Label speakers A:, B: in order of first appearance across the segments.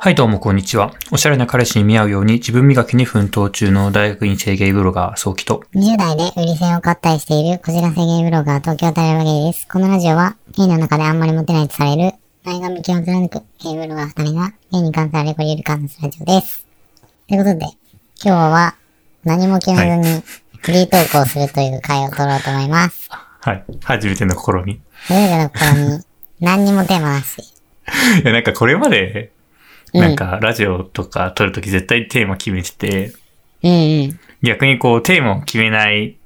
A: はい、どうも、こんにちは。おしゃれな彼氏に見合うように自分磨きに奮闘中の大学院生ゲイブロガー、早期と。
B: 20代で売り線を買ったりしているこじらせゲイブロガー東京タイラバゲイです。このラジオはゲイの中であんまりモテないとされる前髪系を貫くゲイブロガー2人がゲイに関するあれこれゆる感するラジオです。ということで、今日は何も決めずにフリートークをするという回を取ろうと思います。
A: はい。初めての試み。い
B: それぞれの頃に何にもテーマなし。
A: や、なんかこれまで、
B: うん
A: なんかラジオとか撮るとき絶対テーマ決めてて、
B: うんうん。
A: 逆にこうテーマを決めない、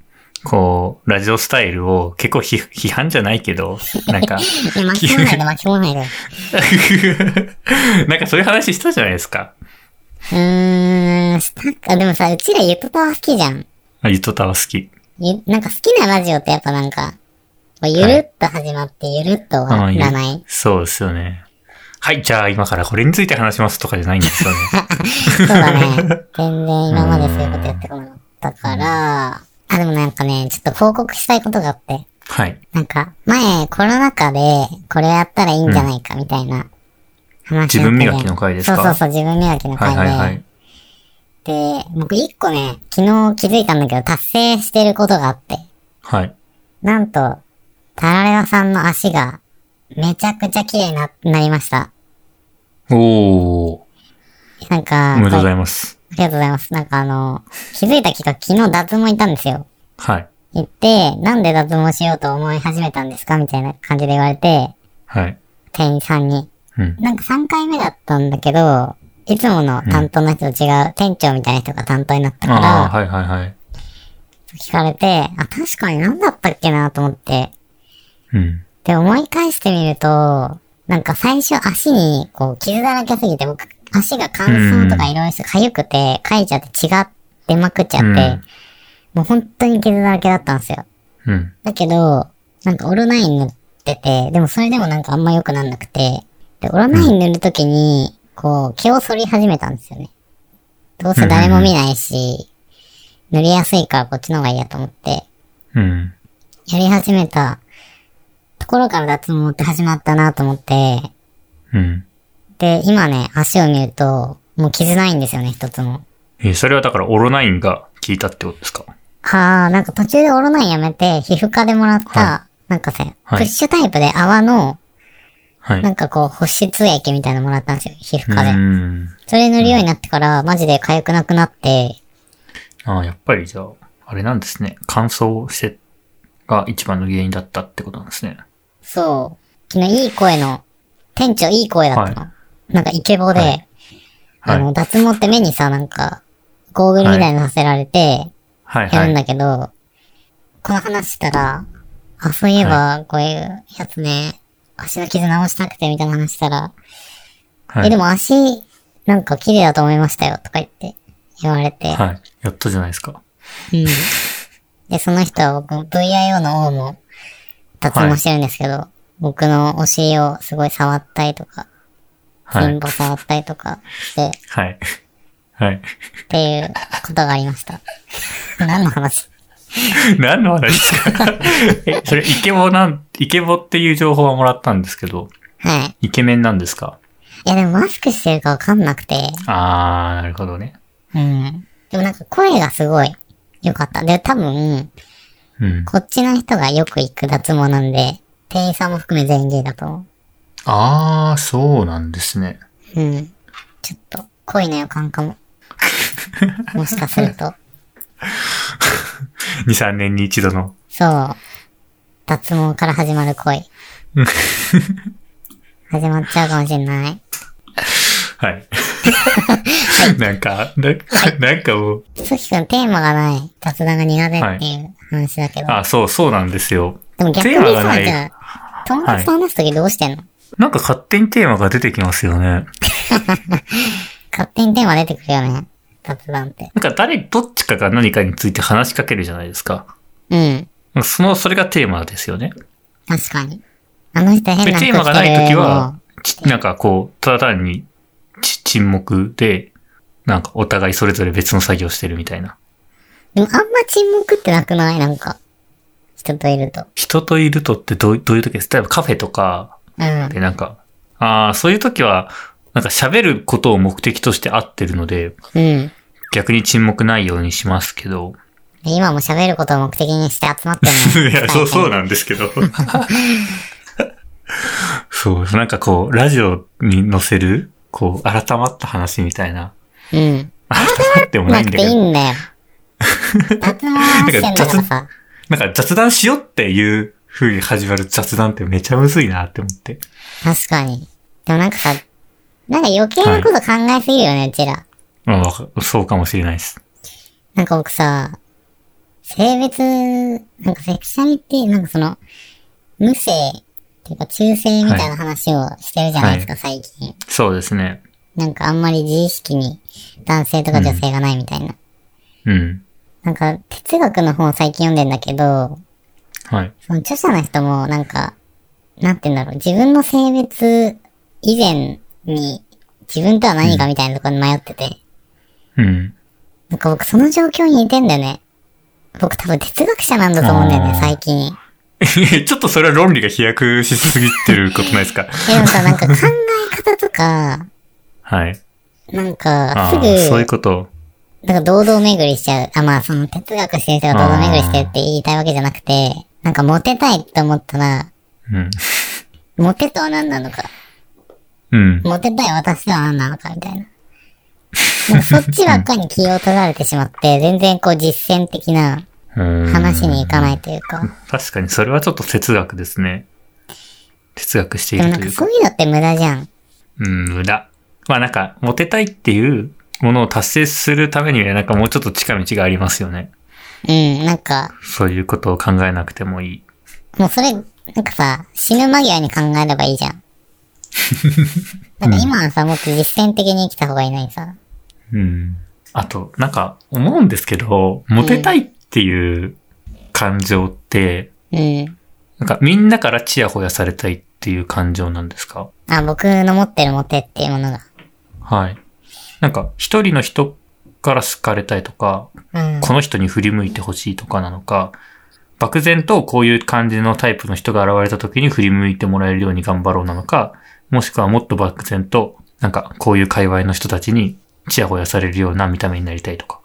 A: こう、ラジオスタイルを結構批 批判じゃないけど、なん か、
B: いや、巻き込まないで巻き込まないで。う
A: なんかそういう話したじゃないですか。
B: ーん、したか、でもさ、うちらゆとたわ好きじゃん。
A: あゆとたは好き。
B: ゆ、なんか好きなラジオってやっぱなんか、こうゆるっと始まってゆるっと終わらない。
A: そうですよね。はい、じゃあ今からこれについて話しますとかじゃないんですよね。
B: そう だね。全然今までそういうことやってこなかったから、あ、でもなんかね、ちょっと報告したいことがあって、
A: はい。
B: なんか前コロナ禍でこれやったらいいんじゃないかみたいな
A: 自
B: 話だったじゃん
A: 分磨きの回ですか
B: そうそうそう、自分磨きの
A: は
B: 回
A: い
B: で。
A: はいはい。
B: で、僕一個ね、昨日気づいたんだけど達成してることがあって、
A: はい。
B: なんと、タラレバさんの足がめちゃくちゃ綺麗にな、なりました。
A: おー。
B: なんか、
A: おめでとうござ
B: これ
A: います。
B: ありがとうございます。なんかあの、気づいたきっかけ、昨日脱毛行ったんですよ。
A: はい。
B: 行って、なんで脱毛しようと思い始めたんですかみたいな感じで言われて、
A: はい。
B: 店員さんに。
A: うん。
B: なんか3回目だったんだけど、いつもの担当の人と違う、店長みたいな人が担当になったか
A: ああ、
B: ら、
A: はいはいはい。
B: 聞かれて、あ、確かに何だったっけなと思って。
A: うん。
B: で、思い返してみると、なんか最初足に、こう、傷だらけすぎて、僕、足が乾燥とかいろいろして、痒くて、かいちゃって血が出まくっちゃって、
A: うん
B: もう本当に傷だらけだったんですよ。
A: うん。
B: だけど、なんかオロナイン塗ってて、でもそれでもなんかあんま良くなんなくて、で、オロナイン塗るときに、こう、毛を剃り始めたんですよね。どうせ誰も見ないし、塗りやすいからこっちの方がいいやと思って、
A: うん。
B: やり始めたところから脱毛って始まったなと思って、
A: うん。
B: で、今ね、足を見ると、もう傷ないんですよね、一つも。
A: えーそれはだから、オロナインが効いたってことですか
B: あー、なんか途中でオロナインやめて、皮膚科でもらった、
A: は
B: なんかさ、
A: はい
B: プッシュタイプで泡の、
A: はい。
B: な
A: うん
B: かこう、保湿液みたいなのもらったんですよ、皮膚科で。
A: ーん。
B: それ塗るようになってから、マジで痒くなくなって、
A: ああ、やっぱりじゃあ、あれなんですね。乾燥してが一番の原因だったってことなんですね。
B: そう、昨日いい声の、店長いい声だったの。
A: は
B: なんかイケボで、
A: はいは
B: あの、
A: い。
B: 脱毛って目にさ、なんか、ゴーグルみたいにさせられて、
A: はい
B: や
A: は
B: るん
A: い。
B: だけど、この話したら、あ、そういえば、こういうやつね、足の傷直したくてみたいな話したら、
A: は
B: え、で
A: い。
B: も足、なんか綺麗だと思いましたよ、とか言って、言われて、
A: はい。やっとじゃないですか。
B: うん。で、その人は僕、VIO の王も、脱毛してるんですけど、僕のお尻をすごい触ったりとか、
A: は
B: 貧
A: い。
B: 乏触ったりとかして、
A: はい。はい。
B: っていうことがありました。 何の話
A: 何の話ですか え、それ、イケボなん、イケボっていう情報はもらったんですけど、
B: はい。
A: イケメンなんですか
B: いや、でもマスクしてるかわかんなくて、
A: あー、なるほどね。
B: うん。でもなんか声がすごい良かった。で、多分、
A: うん。
B: こっちの人がよく行く脱毛なんで、店員さんも含め全員ゲイだと思
A: あー、そうなんですね。
B: う。うん。ちょっと、恋の予感かも。 もしかすると。
A: 2、3年に一度の。
B: そう。脱毛から始ま る恋。始まっちゃうかもしんない。
A: はい。 なんか、ななんかもう、
B: すきくんテーマがない雑談が苦手っていう話だけど。
A: あ、そう、そうなんですよ。
B: でも逆に
A: テーマがな
B: さ、
A: い
B: じゃあ、友達と話すときどうしてんの、
A: なんか勝手にテーマが出てきますよね。
B: 勝手にテーマ出てくるよね。雑談って。
A: なんか誰、どっちかが何かについて話しかけるじゃないですか。
B: うん。
A: その、それがテーマですよね。
B: 確かに。あの人変
A: で、
B: な服着て
A: テー
B: る
A: マがないときは、ちなんかこう、ただ単にち沈黙で、なんかお互いそれぞれ別の作業してるみたいな。
B: もうでもあんま沈黙ってなくないなんか。人といると。
A: 人といるとってどうどういう時です例えばカフェとか
B: うん。
A: でなんか、ああ、そういう時は、なんか喋ることを目的として合ってるので、
B: うん。
A: 逆に沈黙ないようにしますけど。
B: 今も喋ることを目的にして集まってる の
A: いや、そう、そうなんですけど。 そう、なんかこう、ラジオに載せる、こう、改まった話みたいな。
B: うん。
A: 改まってもな
B: ない
A: ん
B: く
A: だ
B: て
A: け
B: いい
A: ど。
B: んだよ。雑談してんだからさ。
A: なんか雑談しようっていう風に始まる雑談ってめちゃむずいなって思って。
B: 確かに。でもなんかさ、なんか余計なこと考えすぎるよね、うちら。
A: まあわか、そうかもしれないです。
B: なんか僕さ、性別、なんかセクシャリティ、なんかその、無性っていうか中性みたいな話をしてるじゃないですか、最近。
A: そうですね。
B: なんかあんまり自意識に男性とか女性がないみたいな。
A: うん。
B: なんか哲学の本最近読んでんだけど、
A: はい。
B: その著者の人もなんか、なんて言うんだろう、自分の性別以前に自分とは何かみたいなところに迷ってて、
A: うん。
B: なんか僕その状況に似てんだよね。僕多分哲学者なんだと思うんだよね
A: あ、ー
B: 最近。
A: ちょっとそれは論理が飛躍しすぎてることないです か
B: えでもさ、なんか考え方とか、
A: はい。
B: なん
A: あ
B: か
A: あ
B: す
A: ー、そういう
B: ぐ、
A: こと。
B: なんか堂々巡りしちゃう。あ、まあその哲学してる人が堂々巡りしてるって言いたいわけじゃなくて、なんかモテたいって思ったら、
A: うん。
B: モテとは何なのか、
A: うん。
B: モテたい私とは何なのかみたいな。なんかそっちばっかに気を取られてしまって、全然こう実践的な
A: うん
B: 話に行かないというか。
A: 確かに、それはちょっと哲学ですね。哲学してい
B: でも
A: る
B: な
A: と
B: ん
A: いう
B: か
A: か
B: そ。ういうのって無駄じゃん。
A: うん、無駄。まあなんか、モテたいっていうものを達成するためには、なんかもうちょっと近道がありますよね。
B: うん、なんか、
A: そういうことを考えなくてもいい。
B: もうそれ、なんかさ、死ぬ間際に考えればいいじゃ ん。なんか今はさ、もっと実践的に生きた方がいいのにさ。
A: うん。あと、なんか、思うんですけど、モテたいっていう感情って、
B: うん。
A: なんかみんなからチヤホヤされたいっていう感情なんですか
B: あ、僕の持ってるモテっていうものが。
A: はい。なんか、一人の人から好かれたいとか、
B: うん。
A: この人に振り向いてほしいとかなのか、漠然とこういう感じのタイプの人が現れた時に振り向いてもらえるように頑張ろうなのか、もしくはもっと漠然と、なんかこういう界隈の人たちにチヤホヤされるような見た目になりたいとか。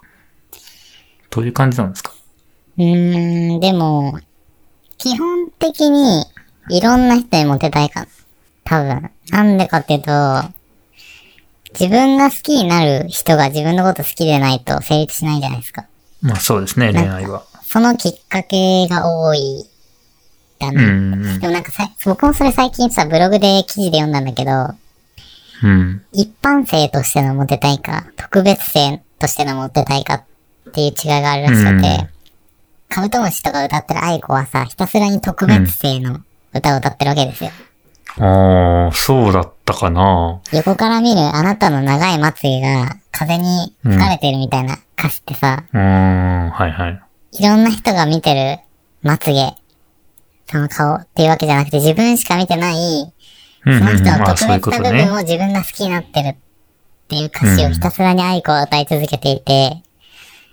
A: どういう感じなんですか
B: うーん、でも、基本的に、いろんな人にモテたいかな。多分。なんでかっていうと、自分が好きになる人が自分のこと好きでないと成立しないじゃないですか。
A: まあそうですね、恋愛は。
B: そのきっかけが多い、だ
A: う
B: な。
A: んうん
B: でもなんかさ、僕もそれ最近さ、ブログで記事で読んだんだけど、
A: うん。うん。
B: 一般性としてのモテたいか、特別性としてのモテたいかっていう違いがあるらしくて、
A: うん
B: カブトムシとか歌ってる愛子はさ、ひたすらに特別性の歌を歌ってるわけですよ。
A: ああ、そうだったかな。
B: 横から見るあなたの長いまつげが風に吹かれてるみたいな歌詞ってさ、
A: うーん、はいはい。
B: いろんな人が見てるまつげ、その顔っていうわけじゃなくて自分しか見てない
A: うんうん
B: その
A: うん、
B: 人は
A: まあ
B: 特
A: そういうこ
B: 別な
A: と
B: 部
A: ね
B: 分。を自分が好きになってるっていう歌詞をひたすらに愛子は歌い続けていて、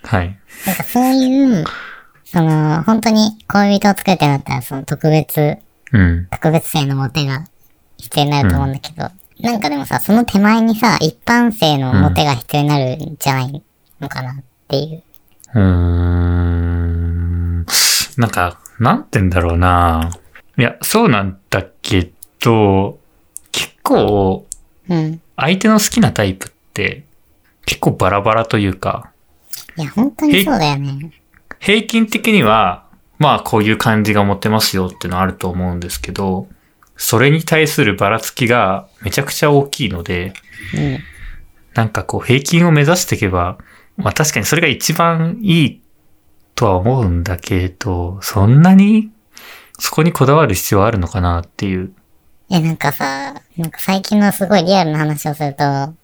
A: はい。
B: なんかそういう、その、本当に恋人を作るってなったら、その特別、
A: うん。
B: 特別性のモテが必要になると思うんだけど、なんかでもさ、その手前にさ、一般性のモテが必要になるんじゃないのかなっていう。
A: うーん。なんか、なんて言うんだろうな。いや、そうなんだけど、結構、
B: うん。
A: 相手の好きなタイプって、結構バラバラというか、
B: いや、本当にそうだよね。
A: 平均的には、まあ、こういう感じが持ってますよってのはあると思うんですけど、それに対するばらつきがめちゃくちゃ大きいので、
B: うん。
A: なんかこう平均を目指していけば、まあ確かにそれが一番いいとは思うんだけど、そんなにそこにこだわる必要はあるのかなっていう。
B: え、なんかさ、なんか最近のすごいリアルな話をすると、なん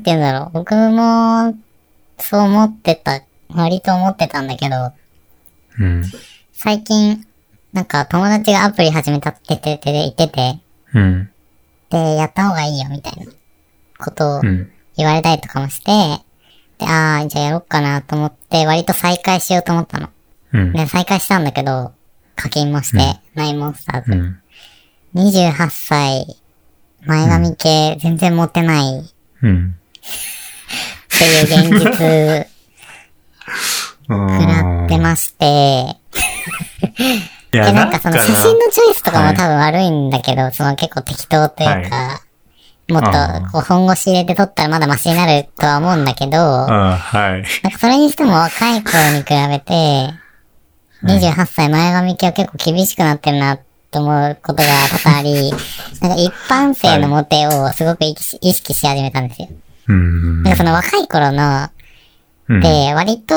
B: て言うんだろう。僕も、そう思ってた、割と思ってたんだけど、
A: うん。
B: 最近、なんか友達がアプリ始めたって言ってて、言ってて、
A: うん。
B: で、やった方がいいよみたいなことを
A: うん。
B: 言われたりとかもして、で、ああ、じゃあやろうかなと思って、割と再開しようと思ったの。
A: うん。
B: で、再開したんだけど、課金もして、ナインモンスターズ。
A: うん。
B: 28歳前髪系全然持ってないっ
A: うん。
B: ていう現実食
A: う
B: らっ
A: ん。
B: てまして、
A: い
B: で、
A: や、
B: なんかその写真のチョイスとかも多分悪いんだけど、その結構適当というか、も
A: あ
B: っ
A: ー
B: とこう本腰入れて撮ったらまだマシになるとは思うんだけど、
A: あはい。
B: なんかそれにしても若い頃に比べて、28歳前髪系は結構厳しくなってるなと思うことが多々あり、なんか一般性のモテをすごく意識意識し始めたんですよ。
A: うん。
B: なんかその若い頃の、
A: うん
B: で、割と、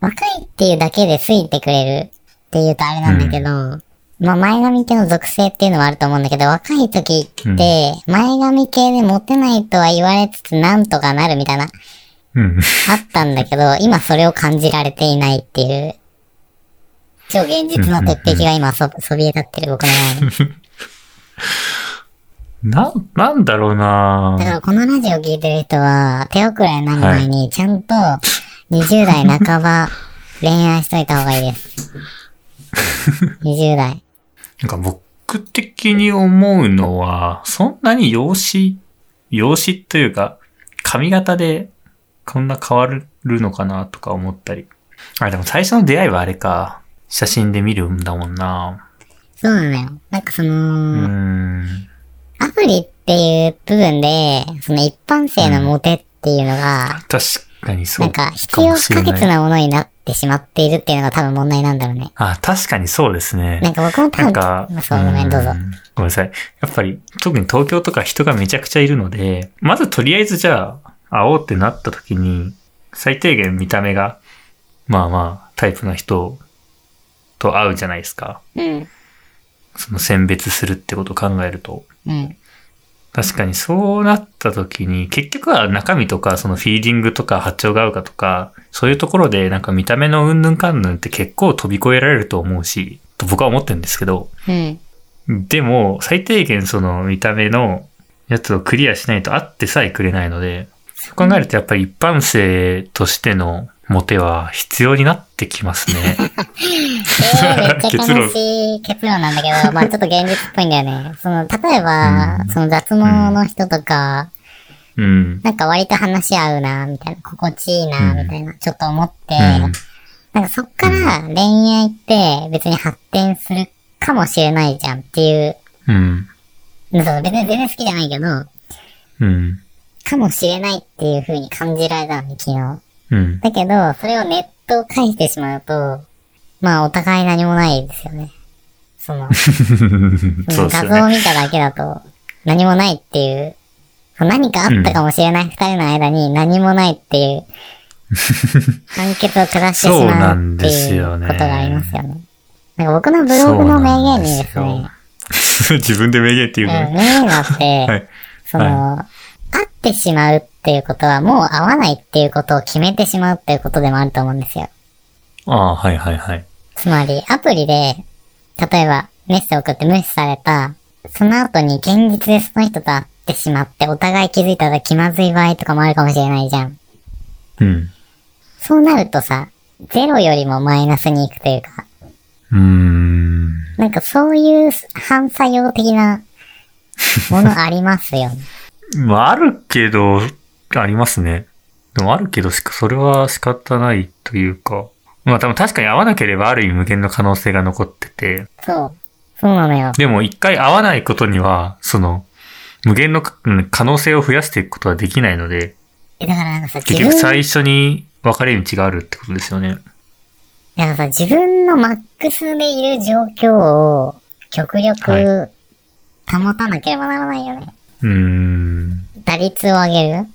B: 若いっていうだけでついてくれるっていうとあれなんだけど、まあ前髪系の属性っていうのはあると思うんだけど、若い時って
A: うん
B: 前髪系でモテないとは言われつつなんとかなるみたいな
A: うん。
B: あったんだけど、 今それを感じられていないっていう、超現実の鉄壁が今そ、そびえ立ってる僕の前に。
A: な、なんだろう
B: だか
A: な
B: らこのラジオ聞いてる人は、手遅れになる前に、ちゃんと20代半ば恋愛しといた方がいいです。20代。
A: なんか僕的に思うのは、そんなに容姿、容姿というか、髪型でこんな変わるのかなとか思ったり。あ、でも最初の出会いはあれか。写真で見るんだもんな
B: そうなのよ。なんかその、
A: うーん。
B: アプリっていう部分で、その一般性のモテっていうのが、
A: 確かにそ
B: な
A: うん
B: か
A: か
B: 必要
A: もし
B: 不
A: れ
B: 可
A: ない。
B: 欠なものになってしまっているっていうのが多分問題なんだろうね。
A: あ、確かにそうですね。
B: なんか僕も多
A: な
B: 分、
A: んか
B: まあ、、そうごめん、どうぞ
A: う。んごめんなさい。やっぱり、特に東京とか人がめちゃくちゃいるので、まずとりあえずじゃあ、会おうってなった時に、最低限見た目が、まあまあ、タイプの人と会うじゃないですか。
B: うん。
A: その選別するってことを考えると。
B: うん。
A: 確かにそうなった時に、結局は中身とか、そのフィーリングとか波長が合うかとか、そういうところでなんか見た目のうんぬんかんぬんって結構飛び越えられると思うし、と僕は思ってるんですけど、
B: うん。
A: でも、最低限その見た目のやつをクリアしないと会ってさえくれないので、そう考えるとやっぱり一般性としてのモテは必要になってきますね。
B: えー、めっちゃ
A: 結論
B: 悲しい結論なんだけど、まあちょっと現実っぽいんだよ ね。その、例えば
A: う、ん
B: その雑毛の人とか、
A: うん。
B: なんか割と話し合うな、みたいな、心地いいな、
A: うん
B: みたいな、ちょっと思って、
A: うん。
B: なんかそっから恋愛って別に発展するかもしれないじゃんっていう、
A: うん。
B: そう別に全然好きじゃないけど、
A: うん。
B: かもしれないっていう風に感じられたのね、昨日。
A: うん。
B: だけど、それをネットを返してしまうと、まあお互い何もないですよね。その、
A: そうです
B: 画
A: よ
B: 像を
A: ね。
B: 見ただけだと何もないっていう、何かあったかもしれない二人の間に何もないっ ていう、判決を下してし
A: そう
B: ま
A: な
B: うんって
A: です
B: いう
A: よ
B: こと
A: ね
B: がありますよね。なんか僕のブログの名言にです
A: そうなん
B: ね
A: で、すよ 自分で名言っていう
B: うん
A: のね。
B: 名言があって、
A: はい。
B: その、会ってしまうっていうことはもう会わないっていうことを決めてしまうっていうことでもあると思うんですよ。
A: ああ、はいはいはい。
B: つまり、アプリで、例えば、メッセージ送って無視された、その後に現実でその人と会ってしまって、お互い気づいたら気まずい場合とかもあるかもしれないじゃん。
A: うん。
B: そうなるとさ、ゼロよりもマイナスに行くというか、
A: うーん。
B: なんかそういう反作用的なものありますよね。
A: まあ、あるけど、ありますね。でもあるけどしか、それは仕方ないというか。まあ、多分確かに会わなければある意味無限の可能性が残ってて。
B: そう。そうなのよ。
A: でも一回会わないことには、その、無限のかうん可能性を増やしていくことはできないので、
B: えだからなんかさ、自
A: 結局
B: 分、
A: 最初に分かれ道があるってことですよね。
B: だからさ、自分のマックスでいる状況を極
A: は
B: 力保たなければならないよね。
A: うーん。
B: 打率を上げる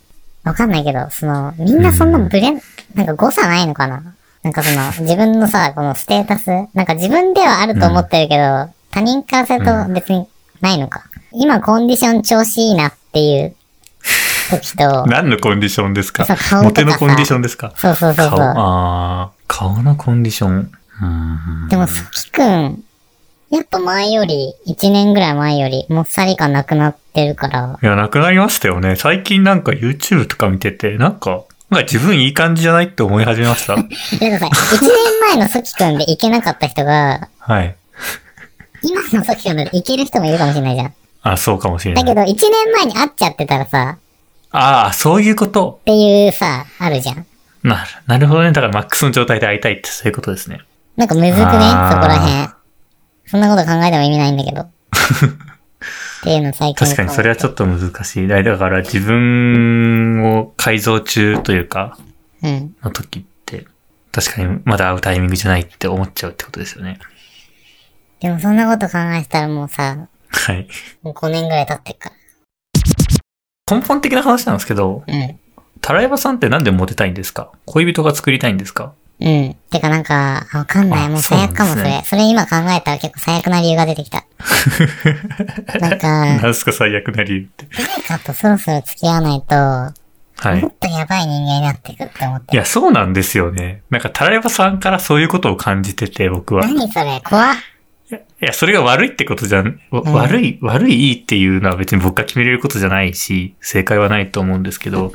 B: わかんないけど、その、みんなそんなブレ、なんか誤差ないのかななんかその、自分のさ、このステータス、なんか自分ではあると思ってるけど、他人からする
A: う、
B: と別にないのか。今コンディション調子いいなっていう時と
A: 何のコンディションですか
B: そう顔とかさ
A: モテのコンディションですか
B: そうそうそう
A: 顔、
B: そう。
A: あー顔のコンディション。うーん。
B: でも、ソキくん、やっぱ前より、1年ぐらい前より、もっさり感なくなってるから、
A: いや、なくなりましたよね。最近なんか YouTube とか見てて、なんか、なんか自分いい感じじゃないって思い始めま した。
B: だってさ、1年前のソキくんでいけなかった人が、
A: はい。
B: 今のソキくんでいける人もいるかもしれないじゃん。
A: あ、そうかもしれ
B: だ
A: な
B: け
A: い。
B: ど、1年前に会っちゃってたらさ、
A: ああ、そういうこと。
B: っていうさ、あるじゃん。
A: な、なるほどね。だからマックスの状態で会いたいってそういうことですね。
B: なんかむずくねそこ
A: あー
B: ら辺。そんなこと考えても意味ない んだけど。っていうの最近。
A: 確かにそれはちょ
B: っ
A: っと難しい。だだから自分を改造中というか、
B: と。うん。
A: の時って、確かにまだ会うタイミングじゃないって思っちゃうってことですよね。
B: でもそんなこと考えてたらもうさ、
A: はい。
B: もう5年ぐらい経ってるか
A: 根本的な話なんですけど、
B: ら。うん。
A: タラエバさんってなんでモテたいんですか恋人が作りたいんですか
B: うん。てかなんか、あわかんない。
A: あ
B: もう最悪かも、
A: そ
B: そう
A: なん
B: れ。
A: で
B: そ
A: すね
B: れ今考えたら結構最悪な理由が出てきた。な んか、
A: 何すか最悪な理由って。
B: 誰かとそろそろ付き合わないと、
A: はい
B: も。っとやばい人間になっていくって思って
A: い。や、そうなんですよね。なんか、タラエバさんからそういうことを感じてて、僕は。い
B: 何それ怖っ。
A: や、それが悪いってことじゃん、わ
B: うん
A: 悪い、悪い、いいっていうのは別に僕が決めれることじゃないし、正解はないと思うんですけど、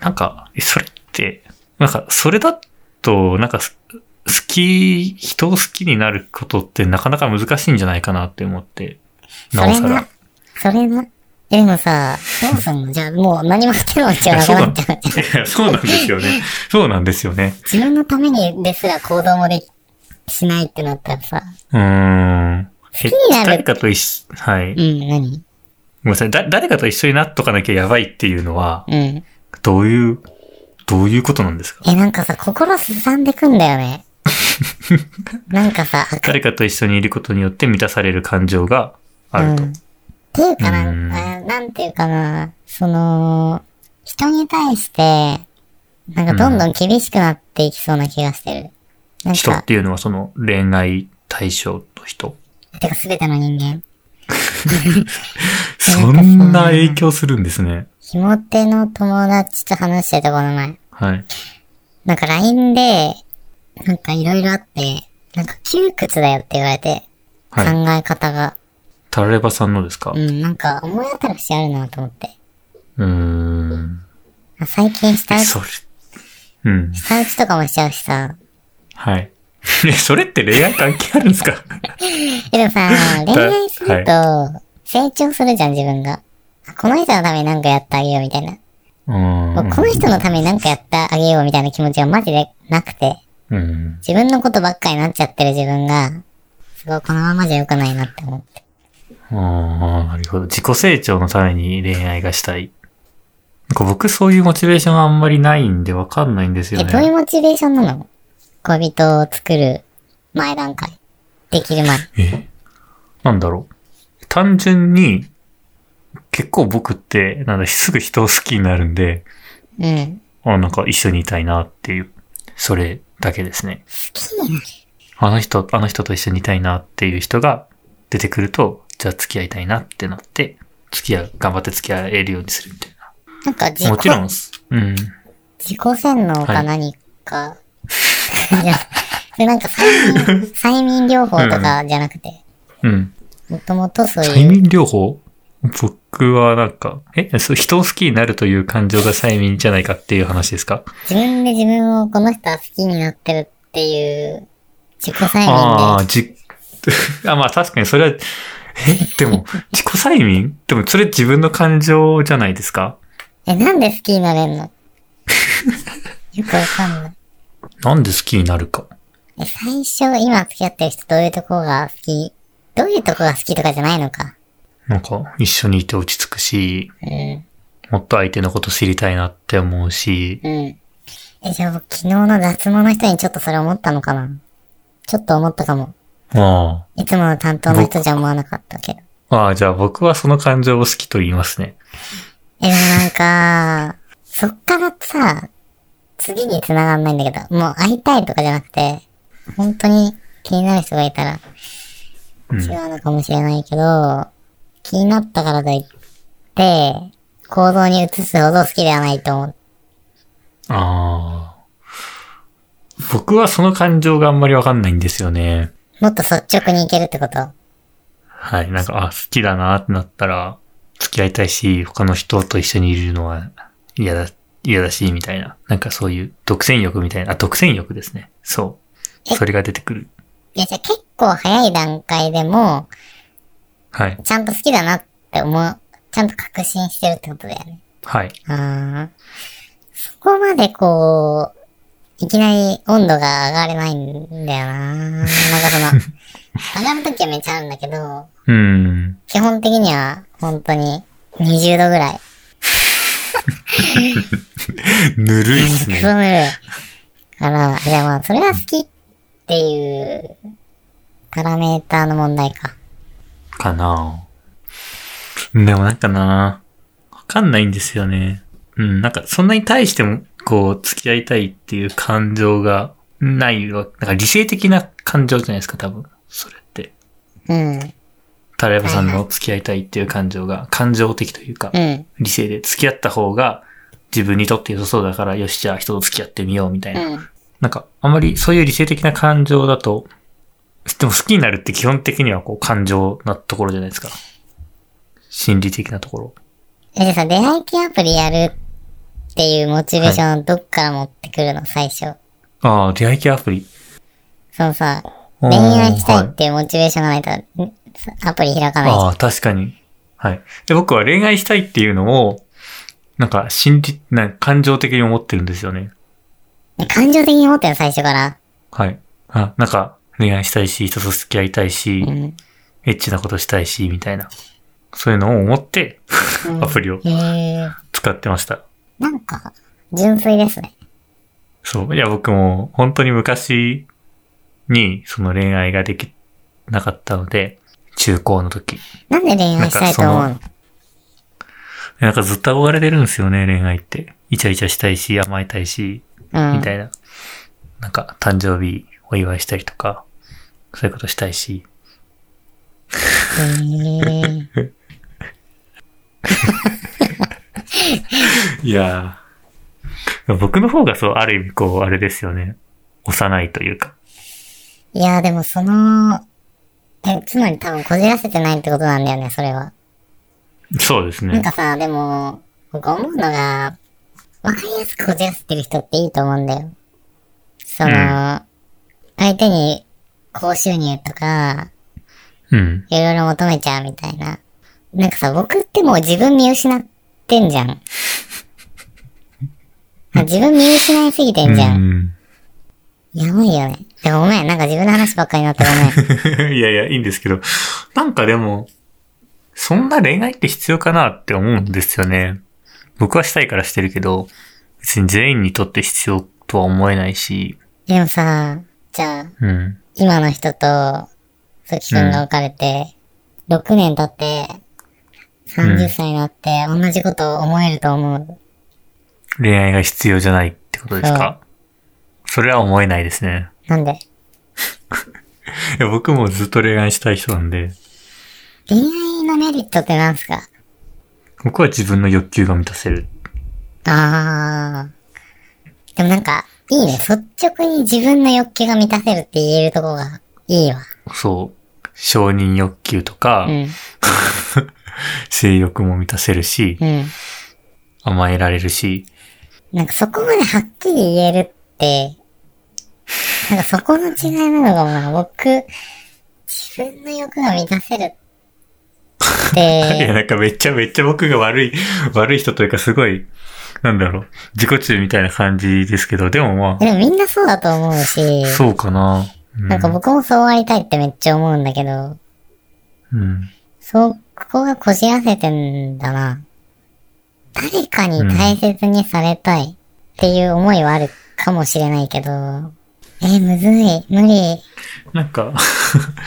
A: なんか、えそれって、なんか、それだと、なんか、す好き、人を好きになることってなかなか難しいんじゃないかなって思って、
B: そ
A: なお
B: れ
A: さら
B: な。。それな。でもさ、どうす んのじゃあもう何も手の内
A: い
B: は
A: や
B: なく
A: そう
B: な
A: なん
B: っちゃう。
A: いやそうなんですよね。そうなんですよね。
B: 自分のためにですら行動もでき、しないってなったらさ、
A: うーん。え
B: になる
A: 誰かと一緒、はい。
B: うん、何
A: ごめんなさい。だ、誰かと一緒になっとかなきゃやばいっていうのは、
B: うん。
A: どういう、どういうことなんですか
B: え、なんかさ、心すさんでくんだ よね。なんかさ、悪
A: 誰かと一緒にいることによって満たされる感情があると。
B: うんっていうかな、
A: うん
B: あなんていうかな、その、人に対して、なんかどんどん厳しくなっていきそうな気がしてる。なん
A: 人っ
B: か、
A: ていうのはその恋愛対象と人。
B: てか全ての人間。
A: そんな影響するんですね。
B: ひも手の友達と話してたこの前。
A: はい。
B: なんか LINE で、なんかいろいろあって、なんか窮屈だよって言われて、
A: はい。
B: 考え方が。
A: タラレバさんのですか
B: うん、なんか思い当たる節あるなと思って。
A: うーん。
B: あ最近下打ち、
A: それ。うん。
B: 下打ちとかもしちゃうしさ。
A: はい。 え、それって恋愛関係あるんです か
B: え、で もさ、恋愛すると、成長するじゃん、自分が。あこの人のために何かやってあげようみたいな。
A: う
B: もうこの
A: ー
B: 人のために何かやってあげようみたいな気持ちがマジでなくて、
A: ん。うん。
B: 自分のことばっかりになっちゃってる自分が、すごいこのままじゃ良くないなって思って。
A: ああ、なるほど。自己成長のために恋愛がしたい。なんか僕そういうモチベーションはあんまりないんでわかんないんですよ
B: え、
A: ね。
B: どういうモチベーションなの恋人を作る前段階。できる前。
A: えなんだろう。単純に、結構僕って、なんだ、すぐ人を好きになるんで、
B: うん。
A: あ、なんか一緒にいたいなっていう、それだけですね。
B: 好きになる。
A: あの人、あの人と一緒にいたいなっていう人が出てくると、じゃあ付き合いたいなってなって、付き合う、頑張って付き合えるようにするみたい
B: なんか自
A: な。もちろ
B: 己、
A: ん、うん。
B: 自己洗脳
A: は
B: か
A: い
B: 何か。いや、それなんか催眠、催眠療法とかじゃなくて、
A: うん。
B: もともとそう
A: 催
B: いう、
A: 眠療法僕はなんか、え、そう、人を好きになるという感情が催眠じゃないかっていう話ですか
B: 自分で自分をこの人は好きになってるっていう、自己催
A: あ
B: 眠
A: あ、じ、 あ、まあ確かにそれは、え、でも、自己催眠でもそれ自分の感情じゃないですか
B: で。え、なんで好きになれんのよくわかんない。
A: なんで好きになるか。
B: え、最初、今付き合ってる人どういうとこが好きどういうとこが好きとかじゃないのか。
A: なんか、一緒にいて落ち着くし、
B: うん。
A: もっと相手のこと知りたいなって思うし、
B: うん。え、じゃあ僕昨日の脱毛の人にちょっとそれ思ったのかなちょっと思ったかも。
A: あ
B: いつもの担当の人じゃ思わなかったけど。
A: あ、ああ、じゃあ僕はその感情を好きと言いますね。
B: え、でもなんか、そっからさ、次に繋がんないんだけど、もう会いたいとかじゃなくて、本当に気になる人がいたら、
A: うん
B: 違うのかもしれないけど、気になったからといって、行動に移すほど好きではないと思う。
A: ああ。僕はその感情があんまりわかんないんですよね。
B: もっと率直にいけるってこと
A: はい。なんか、あ、好きだなってなったら、付き合いたいし、他の人と一緒にいるのは嫌だ、嫌だし、みたいな。なんかそういう独占欲みたいな。あ、独占欲ですね。そう。
B: え
A: それが出てくる。
B: いや、じゃあ結構早い段階でも、
A: はい。
B: ちゃんと好きだなって思う、ちゃんと確信してるってことだよね。
A: はい。
B: あーそこまでこう、いきなり温度が上がれないんだよななんかそ の、上がるときはめっちゃあるんだけど、
A: うーん。
B: 基本的には本当に20度ぐらい。
A: ぬるいっす
B: ク
A: ね。
B: ソぬるい。から、じゃあまあ、それは好きっていう、パラメーターの問題か。
A: かなでもなんかなわかんないんですよね。うん、なんかそんなに対しても、こう、付き合いたいっていう感情がないわ。なんか理性的な感情じゃないですか、多分。それって。
B: うん。うん。
A: タレバさんの付き合いたいっていう感情が、感情的というか、
B: うん。
A: 理性で付き合った方が自分にとって良さそうだから、よし、じゃあ人と付き合ってみようみたいな。なんか、あまりそういう理性的な感情だと、でも好きになるって基本的にはこう感情なところじゃないですか。心理的なところ。
B: え、じゃあさ、出会い系アプリやるっていうモチベーションどっから持ってくるの、最初。
A: ああ、出会い系アプリ。
B: そのさ、
A: あー
B: 恋愛したい
A: は
B: っていうモチベーションがないと、んアプリ開かないじゃん。
A: ああ、確かに。はい。で、僕は恋愛したいっていうのを、なんか心理、なんか感情的に思ってるんですよね。
B: え感情的に思ったよ、最初から。
A: はい。あ、なんか恋愛したいし、人と付き合いたいし、
B: うん。
A: エッチなことしたいし、みたいな。そういうのを思って、アプリを
B: へえ。
A: 使ってました。
B: なんか、純粋ですね。
A: そう。いや、僕も本当に昔にその恋愛ができなかったので、中高の時。
B: なんで恋愛したいと思う
A: な
B: の
A: なんかずっと憧れてるんですよね、恋愛って。イチャイチャしたいし、甘えたいし、
B: うん
A: みたいな。なんか誕生日お祝いしたりとか、そういうことしたいし。
B: へえ。
A: いやー。僕の方がそう、ある意味こう、あれですよね。幼いというか。
B: いや、でもその、え、つまり多分こじらせてないってことなんだよね、それは。
A: そうです
B: なん
A: ね。
B: かさ、でも、僕思うのが、わかりやすくこじらせてる人っていいと思うんだよ。その、
A: うん
B: 相手に高収入とか、
A: うん。
B: いろいろ求めちゃうみたいな。なんかさ、僕ってもう自分見失ってんじゃん。自分見失いすぎてんじゃん。
A: ん。
B: やばいよね。でもごめん、なんか自分の話ばっかりになってごめん。
A: いやいや、いいんですけど。なんかでも、そんな恋愛って必要かなって思うんですよね。僕はしたいからしてるけど、別に全員にとって必要とは思えないし、
B: でもさ、じゃあ、
A: うん。
B: 今の人と、鈴木くんが別れて、6年経って、30歳になって、同じことを思えると思う。
A: 恋愛が必要じゃないってことですか、それは思えないですね。
B: なんで
A: いや僕もずっと恋愛したい人なんで、
B: 恋愛のメリットってなんすか
A: 僕は自分の欲求が満たせる。
B: あー。でもなんか、いいね。率直に自分の欲求が満たせるって言えるとこが、いいわ。
A: そう。承認欲求とか
B: う、ん。
A: 性欲も満たせるし、
B: うん。
A: 甘えられるし、
B: なんかそこまではっきり言えるって、なんかそこの違いなのかもな。僕、自分の欲が満たせるっ
A: いや、
B: て、
A: なんかめっちゃめっちゃ僕が悪い、悪い人というかすごい、なんだろう、自己中みたいな感じですけど、でもま
B: でもみんなそうだと思うし
A: あ、、そうかな。うん、
B: なんか僕もそうありたいってめっちゃ思うんだけど、
A: うん。
B: そこがこじらせてんだな。誰かに大切にされたいっていう思いはあるかもしれないけど、え、むずい、無理。
A: なんか、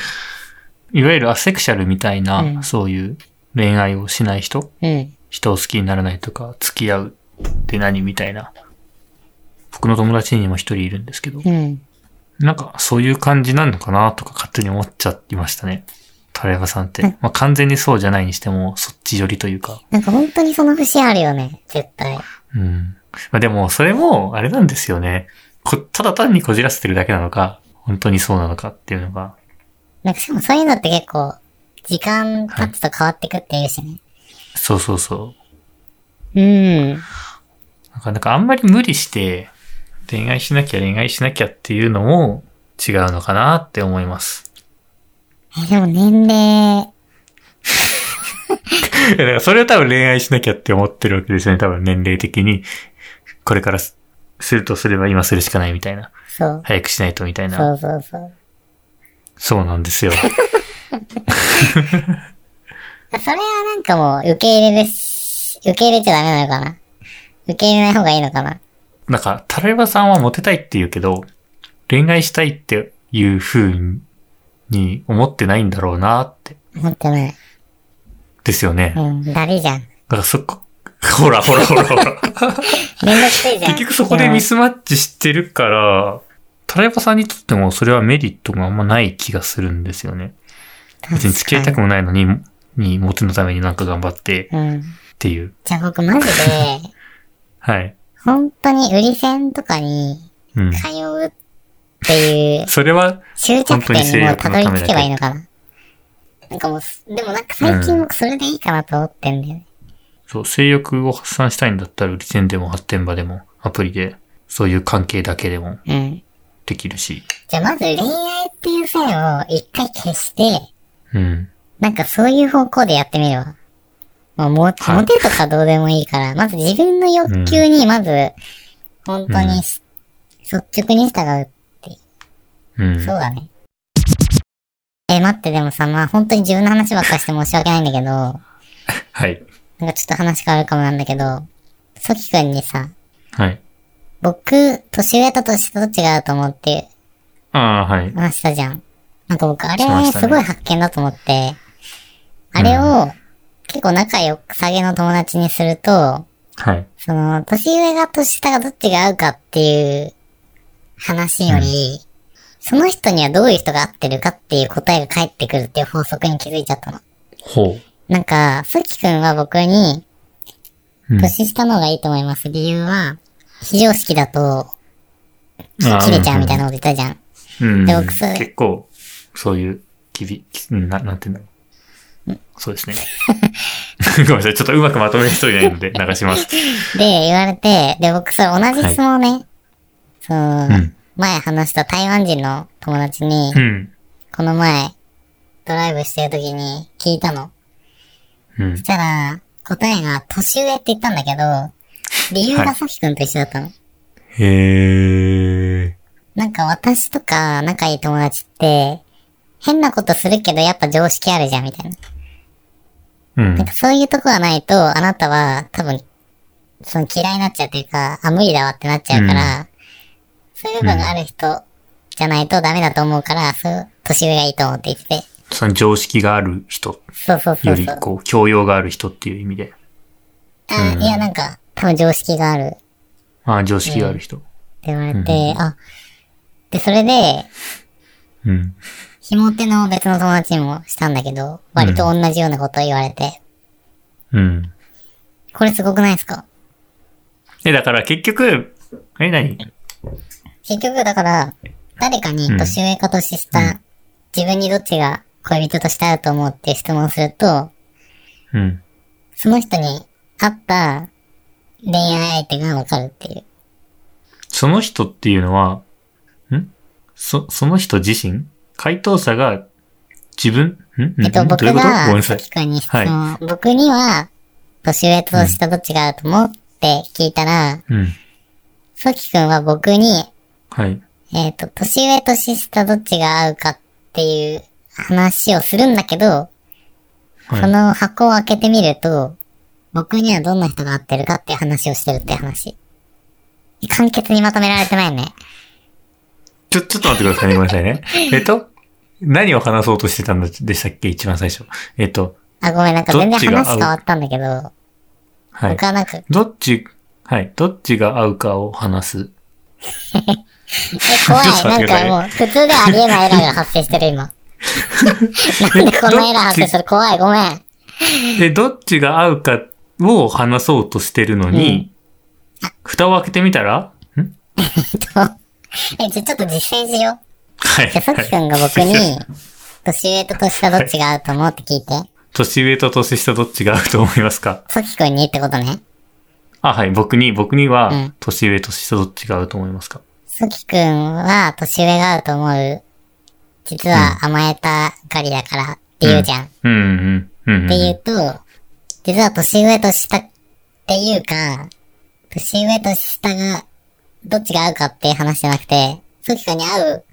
A: いわゆるアセクシャルみたいな、
B: うん
A: そういう恋愛をしない人
B: うん。
A: 人を好きにならないとか、付き合うって何みたいな。僕の友達にも一人いるんですけど、
B: うん。
A: なんかそういう感じなのかなとか勝手に思っちゃいましたね。タレバさんって。まあ完全にそうじゃないにしても、そっち寄りというか。
B: なんか本当にその節あるよね、絶対。
A: うん。まあでも、それも、あれなんですよね。こ、ただ単にこじらせてるだけなのか、本当にそうなのかっていうのが。
B: なんかしかもそういうのって結構、時間経つと変わってくっていうしね。
A: そうそうそ
B: うん。
A: う。なんか、なんかあんまり無理して、恋愛しなきゃ恋愛しなきゃっていうのも違うのかなって思います。
B: え、でも年齢、
A: だからそれを多分恋愛しなきゃって思ってるわけですよね。多分年齢的に。これからすするとすれば今するしかないみたいな。
B: そう。
A: 早くしないとみたいな。
B: そうそうそう。
A: そうなんですよ。
B: それはなんかもう、受け入れるし、受け入れちゃダメなのかな受け入れない方がいいのかな
A: なんか、タラレバさんはモテたいって言うけど、恋愛したいっていう風に思ってないんだろうなって。
B: 思ってない。
A: ですよね。
B: う
A: だ
B: ん、だりじゃん。
A: からそこ、 ほらほらほらほ ら。
B: めんどくさいじゃん。
A: 結局そこでミスマッチしてるから、タラレバさんにとってもそれはメリットがあんまない気がするんですよね。別に付き合いたくもないのに、に、モテのためになんか頑張って
B: うん。
A: っていう。
B: じゃあ僕マジで、
A: はい。
B: 本当に売り線とかに
A: うん。
B: 通うっていう
A: それは、
B: 終着点にもうたどり着けばいいのかな。なんかもう、でもなんか最近僕それでいいかなと思ってんだよね。
A: そう、性欲を発散したいんだったら、売り線でも発展場でも、アプリで、そういう関係だけでも
B: うん。
A: できるし。
B: じゃあまず恋愛っていう線を一回消して、
A: うん。
B: なんかそういう方向でやってみるわ。もうモ
A: はい
B: モテとかどうでもいいから、まず自分の欲求にまず、本当にし、率直に従う。
A: うん。
B: そうだね。え、待って、でもさ、まあ本当に自分の話ばっかりして申し訳ないんだけど、
A: はい。
B: なんかちょっと話変わるかもなんだけど、ソキ君にさ、
A: はい。
B: 僕、年上と年下と違うと思うっていう
A: ああ、はい。
B: 話したじゃん。なんか僕、あれ
A: しましたね
B: すごい発見だと思って、あれを、結構仲良くさげの友達にすると、
A: はい。
B: その、年上が年下がどっちが合うかっていう話より、その人にはどういう人が合ってるかっていう答えが返ってくるっていう法則に気づいちゃったの。
A: ほ
B: なんか、さきくんは僕に、
A: う。うん。
B: 年下の方がいいと思います。理由は、非常識だと、
A: あー
B: 切れちゃうみたいなこと言ったじゃん。
A: うん。
B: で僕それ
A: 結構、そういう、きび、きうんな、なんていうんだろう。そうですね。 ごめんなさい。ちょっとうまくまとめる人いないの で、流します。
B: で、言われて、で、僕それ同じ質問をね、その、
A: うん
B: 前話した台湾人の友達に、
A: うん。
B: この前、ドライブしてる時に聞いたの。
A: うん
B: そ。したら、答えが年上って言ったんだけど、理由
A: は
B: が
A: い
B: さきくんと一緒だったの。
A: へえ。
B: なんか私とか仲いい友達って、変なことするけどやっぱ常識あるじゃんみたい
A: う
B: な。
A: ん
B: なん。かそういうとこがないと、あなたは多分、その嫌いになっちゃうというか、あ、無理だわってなっちゃうから、そういう部分がある人じゃないとダメだと思うから、そう、年上がいいと思って言ってて。
A: その常識がある人
B: そうそうそ
A: よ
B: う
A: り
B: そう。、
A: こう、教養がある人っていう意味で。
B: あいや、なんか、多分常識がある。
A: ああ、常識がある人。
B: って言われて、あ、で、それで、
A: うん。
B: 紐手の別の友達にもしたんだけど、割と同じようなことを言われて、
A: うん。
B: これすごくないですか
A: え、だから結局、え、何
B: 結局、だから、誰かに年上か年下、自分にどっちが恋人として合うと思うっていう質問をすると、
A: うん。
B: その人に合った恋愛相手がわかるっていう。
A: その人っていうのは、んそ、その人自身回答者が自分んん
B: えっと、
A: ん
B: 僕
A: どういうことごめんな
B: が、
A: さ
B: さ
A: い。
B: きくんに質問、僕には、年上と年下どっちが合うと思うって聞いたら、
A: うん。
B: さきくんは僕に、
A: はい。
B: えっ、と、年上年下どっちが合うかっていう話をするんだけど、
A: はい
B: その箱を開けてみると、僕にはどんな人が合ってるかっていう話をしてるって話。簡潔にまとめられてないね。
A: ちょ、ちょっと待ってくださいね。ごめんなさい ね。えっと、何を話そうとしてたんでしたっけ一番最初。えっと、
B: あ、ごめん、なんか全
A: ど
B: 然
A: っちが合う
B: 話変わったんだけど、
A: はい。
B: 僕はなんか、え、
A: どっち、はい。どっちが合うかを話す。
B: 怖い
A: ちょっと、待
B: な
A: ってく
B: ん
A: ださい
B: かもう、普通ではありえないエラーが発生してる今。なん でこんなエラー発生する怖い、ごめん。
A: で、どっちが合うかを話そうとしてるのに、蓋を開けてみたらん
B: え、じゃ、ちょっと実践しよう。
A: はい。
B: じゃ、さきくんが僕に、年上と年下どっちが合うと思うって聞いて。
A: 年上と年下どっちが合うと思いますか
B: さきくんにってことね。
A: あ、はい。僕に、僕に
B: う
A: は
B: ん、
A: 年上と年下どっちが合うと思いますか
B: さきくんは年上が合うと思う。実は甘えたがりだからって言うじゃん。っ
A: うんうん。うん、うん。
B: て言うと、実は年上と下っていうか、年上と下が、どっちが合うかっていう話じゃなくて、ソキ君に合う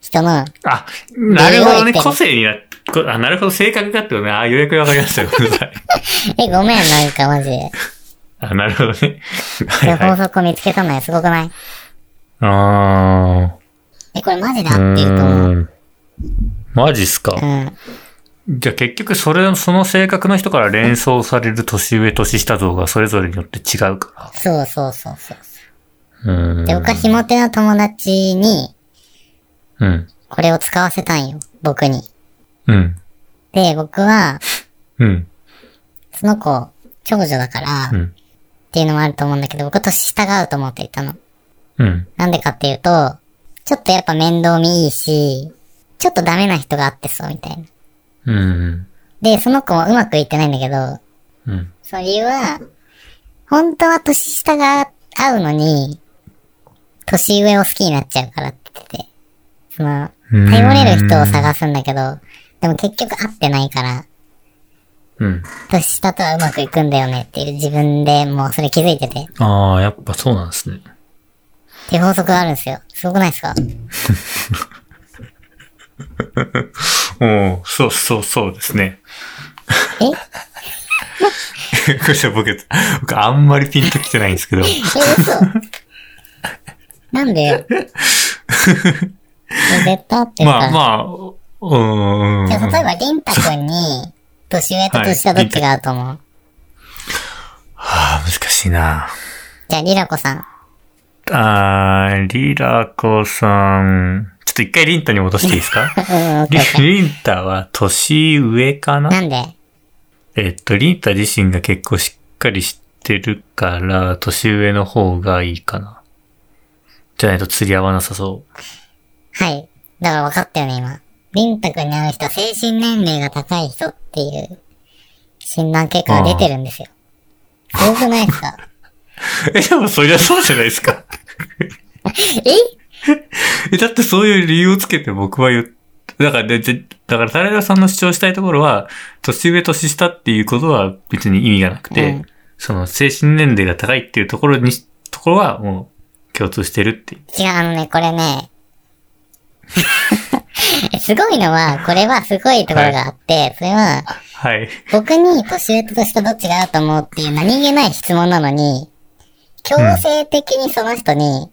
B: 人の、
A: あ、なるほどね。
B: 出会いって
A: 個性になっこあ、なるほど、性格がってことね。あ、ようやくわかりましたよ。ごめんなさい
B: え、ごめん、なんかマジで。
A: あ、なるほどね。は
B: そういう
A: いは
B: 法
A: い。
B: 則を見つけたのよ、すごくない
A: あ
B: え、これマジで
A: ー。
B: 合ってると思う。
A: うーんマジっすか。
B: うん。
A: じゃあ結局、それ、その性格の人から連想される年上、年下像がそれぞれによって違うか
B: そうそうそうそう。
A: ら。うーん。
B: で、僕はひも手の友達に、
A: うん。
B: これを使わせたんよ、僕に。
A: うん。
B: で、僕は、
A: うん。
B: その子、長女だから、
A: う
B: っ
A: ん。
B: ていうのもあると思うんだけど、僕は年下が合うと思って言ったの。
A: うん。
B: なんでかっていうと、ちょっとやっぱ面倒見いいし、ちょっとダメな人があってそう、みたいな。
A: うん。
B: で、その子もうまくいってないんだけど、
A: うん。
B: その理由は、本当は年下が合うのに、年上を好きになっちゃうからって言ってて。その、
A: うん
B: 頼れる人を探すんだけど、でも結局合ってないから、
A: うん。
B: 年下とはうまくいくんだよねっていう自分でもうそれ気づいてて。っ
A: ああ、やっぱそうなんですね。
B: ていう法則があるんですよ。すごくないですか
A: おおそうそうそうですね。
B: え
A: これじゃ僕、僕あんまりピンときてないんですけど。
B: え、 嘘なんでよ。絶対合ってるから。
A: まあまあ、うーん。
B: じゃあ例えば、りんたくんに、年上と年下どっちが合うと思う、
A: ああ、難しいな。
B: じゃあ、りらこさん。
A: あー、リラコさん。ちょっと一回リンタに戻していいですか
B: うん、オッ
A: リ
B: ケーオッケー
A: リンタは年上かな
B: なんで
A: えっと、リンタ自身が結構しっかりしてるから、年上の方がいいかな。じゃないと釣り合わなさそ
B: はい。だから分かったよね、今。りんたくんにある人は精神年齢が高い人っていう診断結果が出てるんですよ。すごくないですか
A: う。 え、でもそりゃそうじゃないですか。
B: え
A: え、だってそういう理由をつけて僕は言っだから、でじだから、タレラさんの主張したいところは、年上年下っていうことは別に意味がなくて、
B: うん
A: その精神年齢が高いっていうところに、ところはもう共通してるっていう。
B: 違う、あのね、これね。 すごいのは、これはすごいところがあって、それは、
A: はい。
B: 僕に年上と年下どっちが合うと思うっていう何気ない質問なのに、強制的にその人に、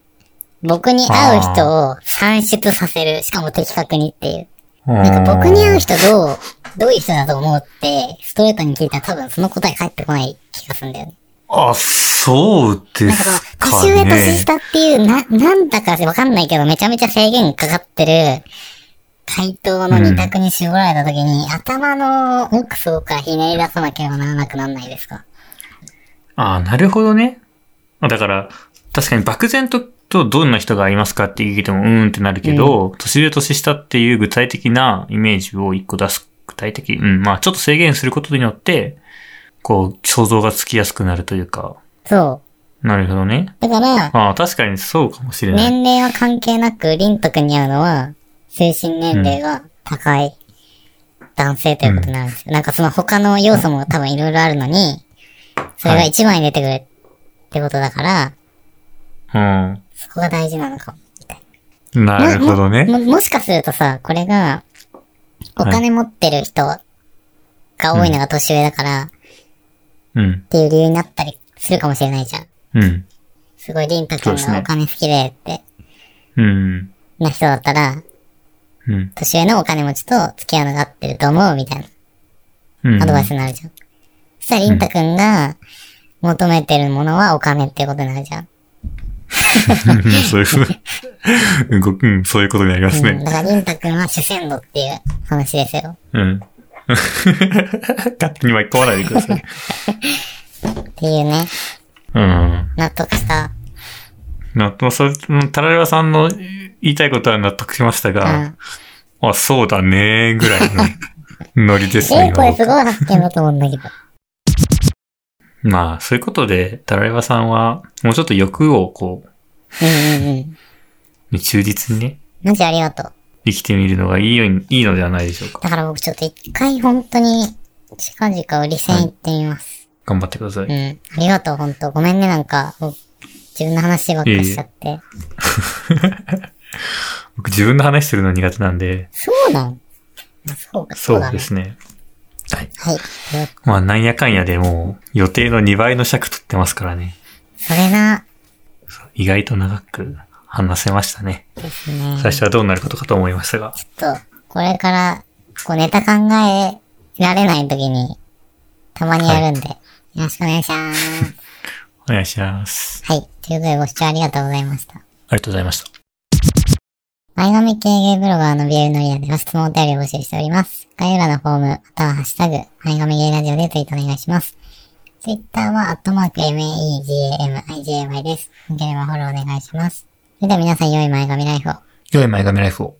B: 僕に合う人を算出させる。しかも的確にっていう。なんか僕に合う人どう、どういう人だと思うって、ストレートに聞いたら多分その答え返ってこない気がするんだよね。
A: あ、そうで
B: だから
A: す、か
B: 年
A: ね。
B: 上年下っていう、な、なんだかわかんないけど、めちゃめちゃ制限かかってる、回答の二択に絞られた時に、頭の奥底からひねり出さなければならなくなんないですか
A: ああ、なるほどね。あだから、確かに漠然と、とどんな人がいますかって聞いても、うーんってなるけど、年上年下っていう具体的なイメージを一個出す。具体的。うん。まあ、ちょっと制限することによって、こう、想像がつきやすくなるというか。
B: そ
A: なるほどね。
B: う。だから、
A: ああ、確かにそうかもしれない。
B: 年齢は関係なく、凛とくんに合うのは、精神年齢が高い男性ということになるんですよ。なんかその他の要素も多分いろいろあるのに、それが一番に出てくるってことだから、
A: うん。
B: そこが大事なのかも。
A: なるほどね。
B: も、ももしかするとさ、これが、お
A: はい
B: 金持ってる人が多いのが年上だから、っ
A: うん。
B: ていう理由になったりするかもしれないじゃん。
A: うん。
B: すごい凛とく
A: そうんですね
B: がお金好きでって、
A: うん。
B: な人だったら、
A: うん。
B: 年上のお金持ちと付き合うのが合ってると思うみたいな。
A: うん。
B: アドバイスになるじゃん。そしたら、りんたくんが求めてるものはお金ってことになるじゃん。
A: うんそういうこと うんごうん。そういうことになります
B: うん、
A: ね。
B: だから、りんたくんは主戦度っていう話ですよ。
A: うん。 勝手に巻き込まないでくださ い。
B: っていうね、
A: うん。
B: 納得した。
A: な、まあ、それ、うんタラレバさんの言いたいことは納得しました
B: う
A: が、
B: ん。
A: あ、そうだねーぐらいのノリですね
B: え、。これす
A: 今
B: ごい発見だと思うんだけど。
A: まあ、そういうことで、タラレバさんは、もうちょっと欲をこ
B: うんうんうん。
A: う、忠実にね、
B: マジありがとう。
A: 生きてみるのがいいように、いいのではないでしょうか。
B: だから僕ちょっと一回本当に近々売り線行ってみます。
A: 頑張ってください。
B: うん。ありがとう、ほんと。ごめんね、なんか、もう自分の話ばっかしちゃって。
A: 僕自分の話するの苦手なんで、
B: そうなんそうか、
A: そ
B: そう
A: う
B: だ
A: で
B: ね。
A: すね。
B: はい。よ
A: まあなんやかんやでもう予定の2倍の尺取ってますからね。
B: それな、
A: 意外と長く話せましたね。
B: ですね。
A: 最初はどうなることかと思いましたが。
B: ちょっと、これから、こうネタ考えられない時に、たまにやるんで、よろしくお願いします。
A: お願いします。
B: はい。ということでご視聴ありがとうございました。
A: ありがとうございました。
B: 前髪系ゲイブロガーのビエルノリアでは質問お便りを募集しております。概要欄のフォーム、またはハッシュタグ、前髪ゲイラジオでツイートお願いします。ツイッターは、アットマーク、MAEGAMIJAY です。よければフォローお願いします。それでは皆さん良い前髪ライフを。
A: 良い前髪ライフを。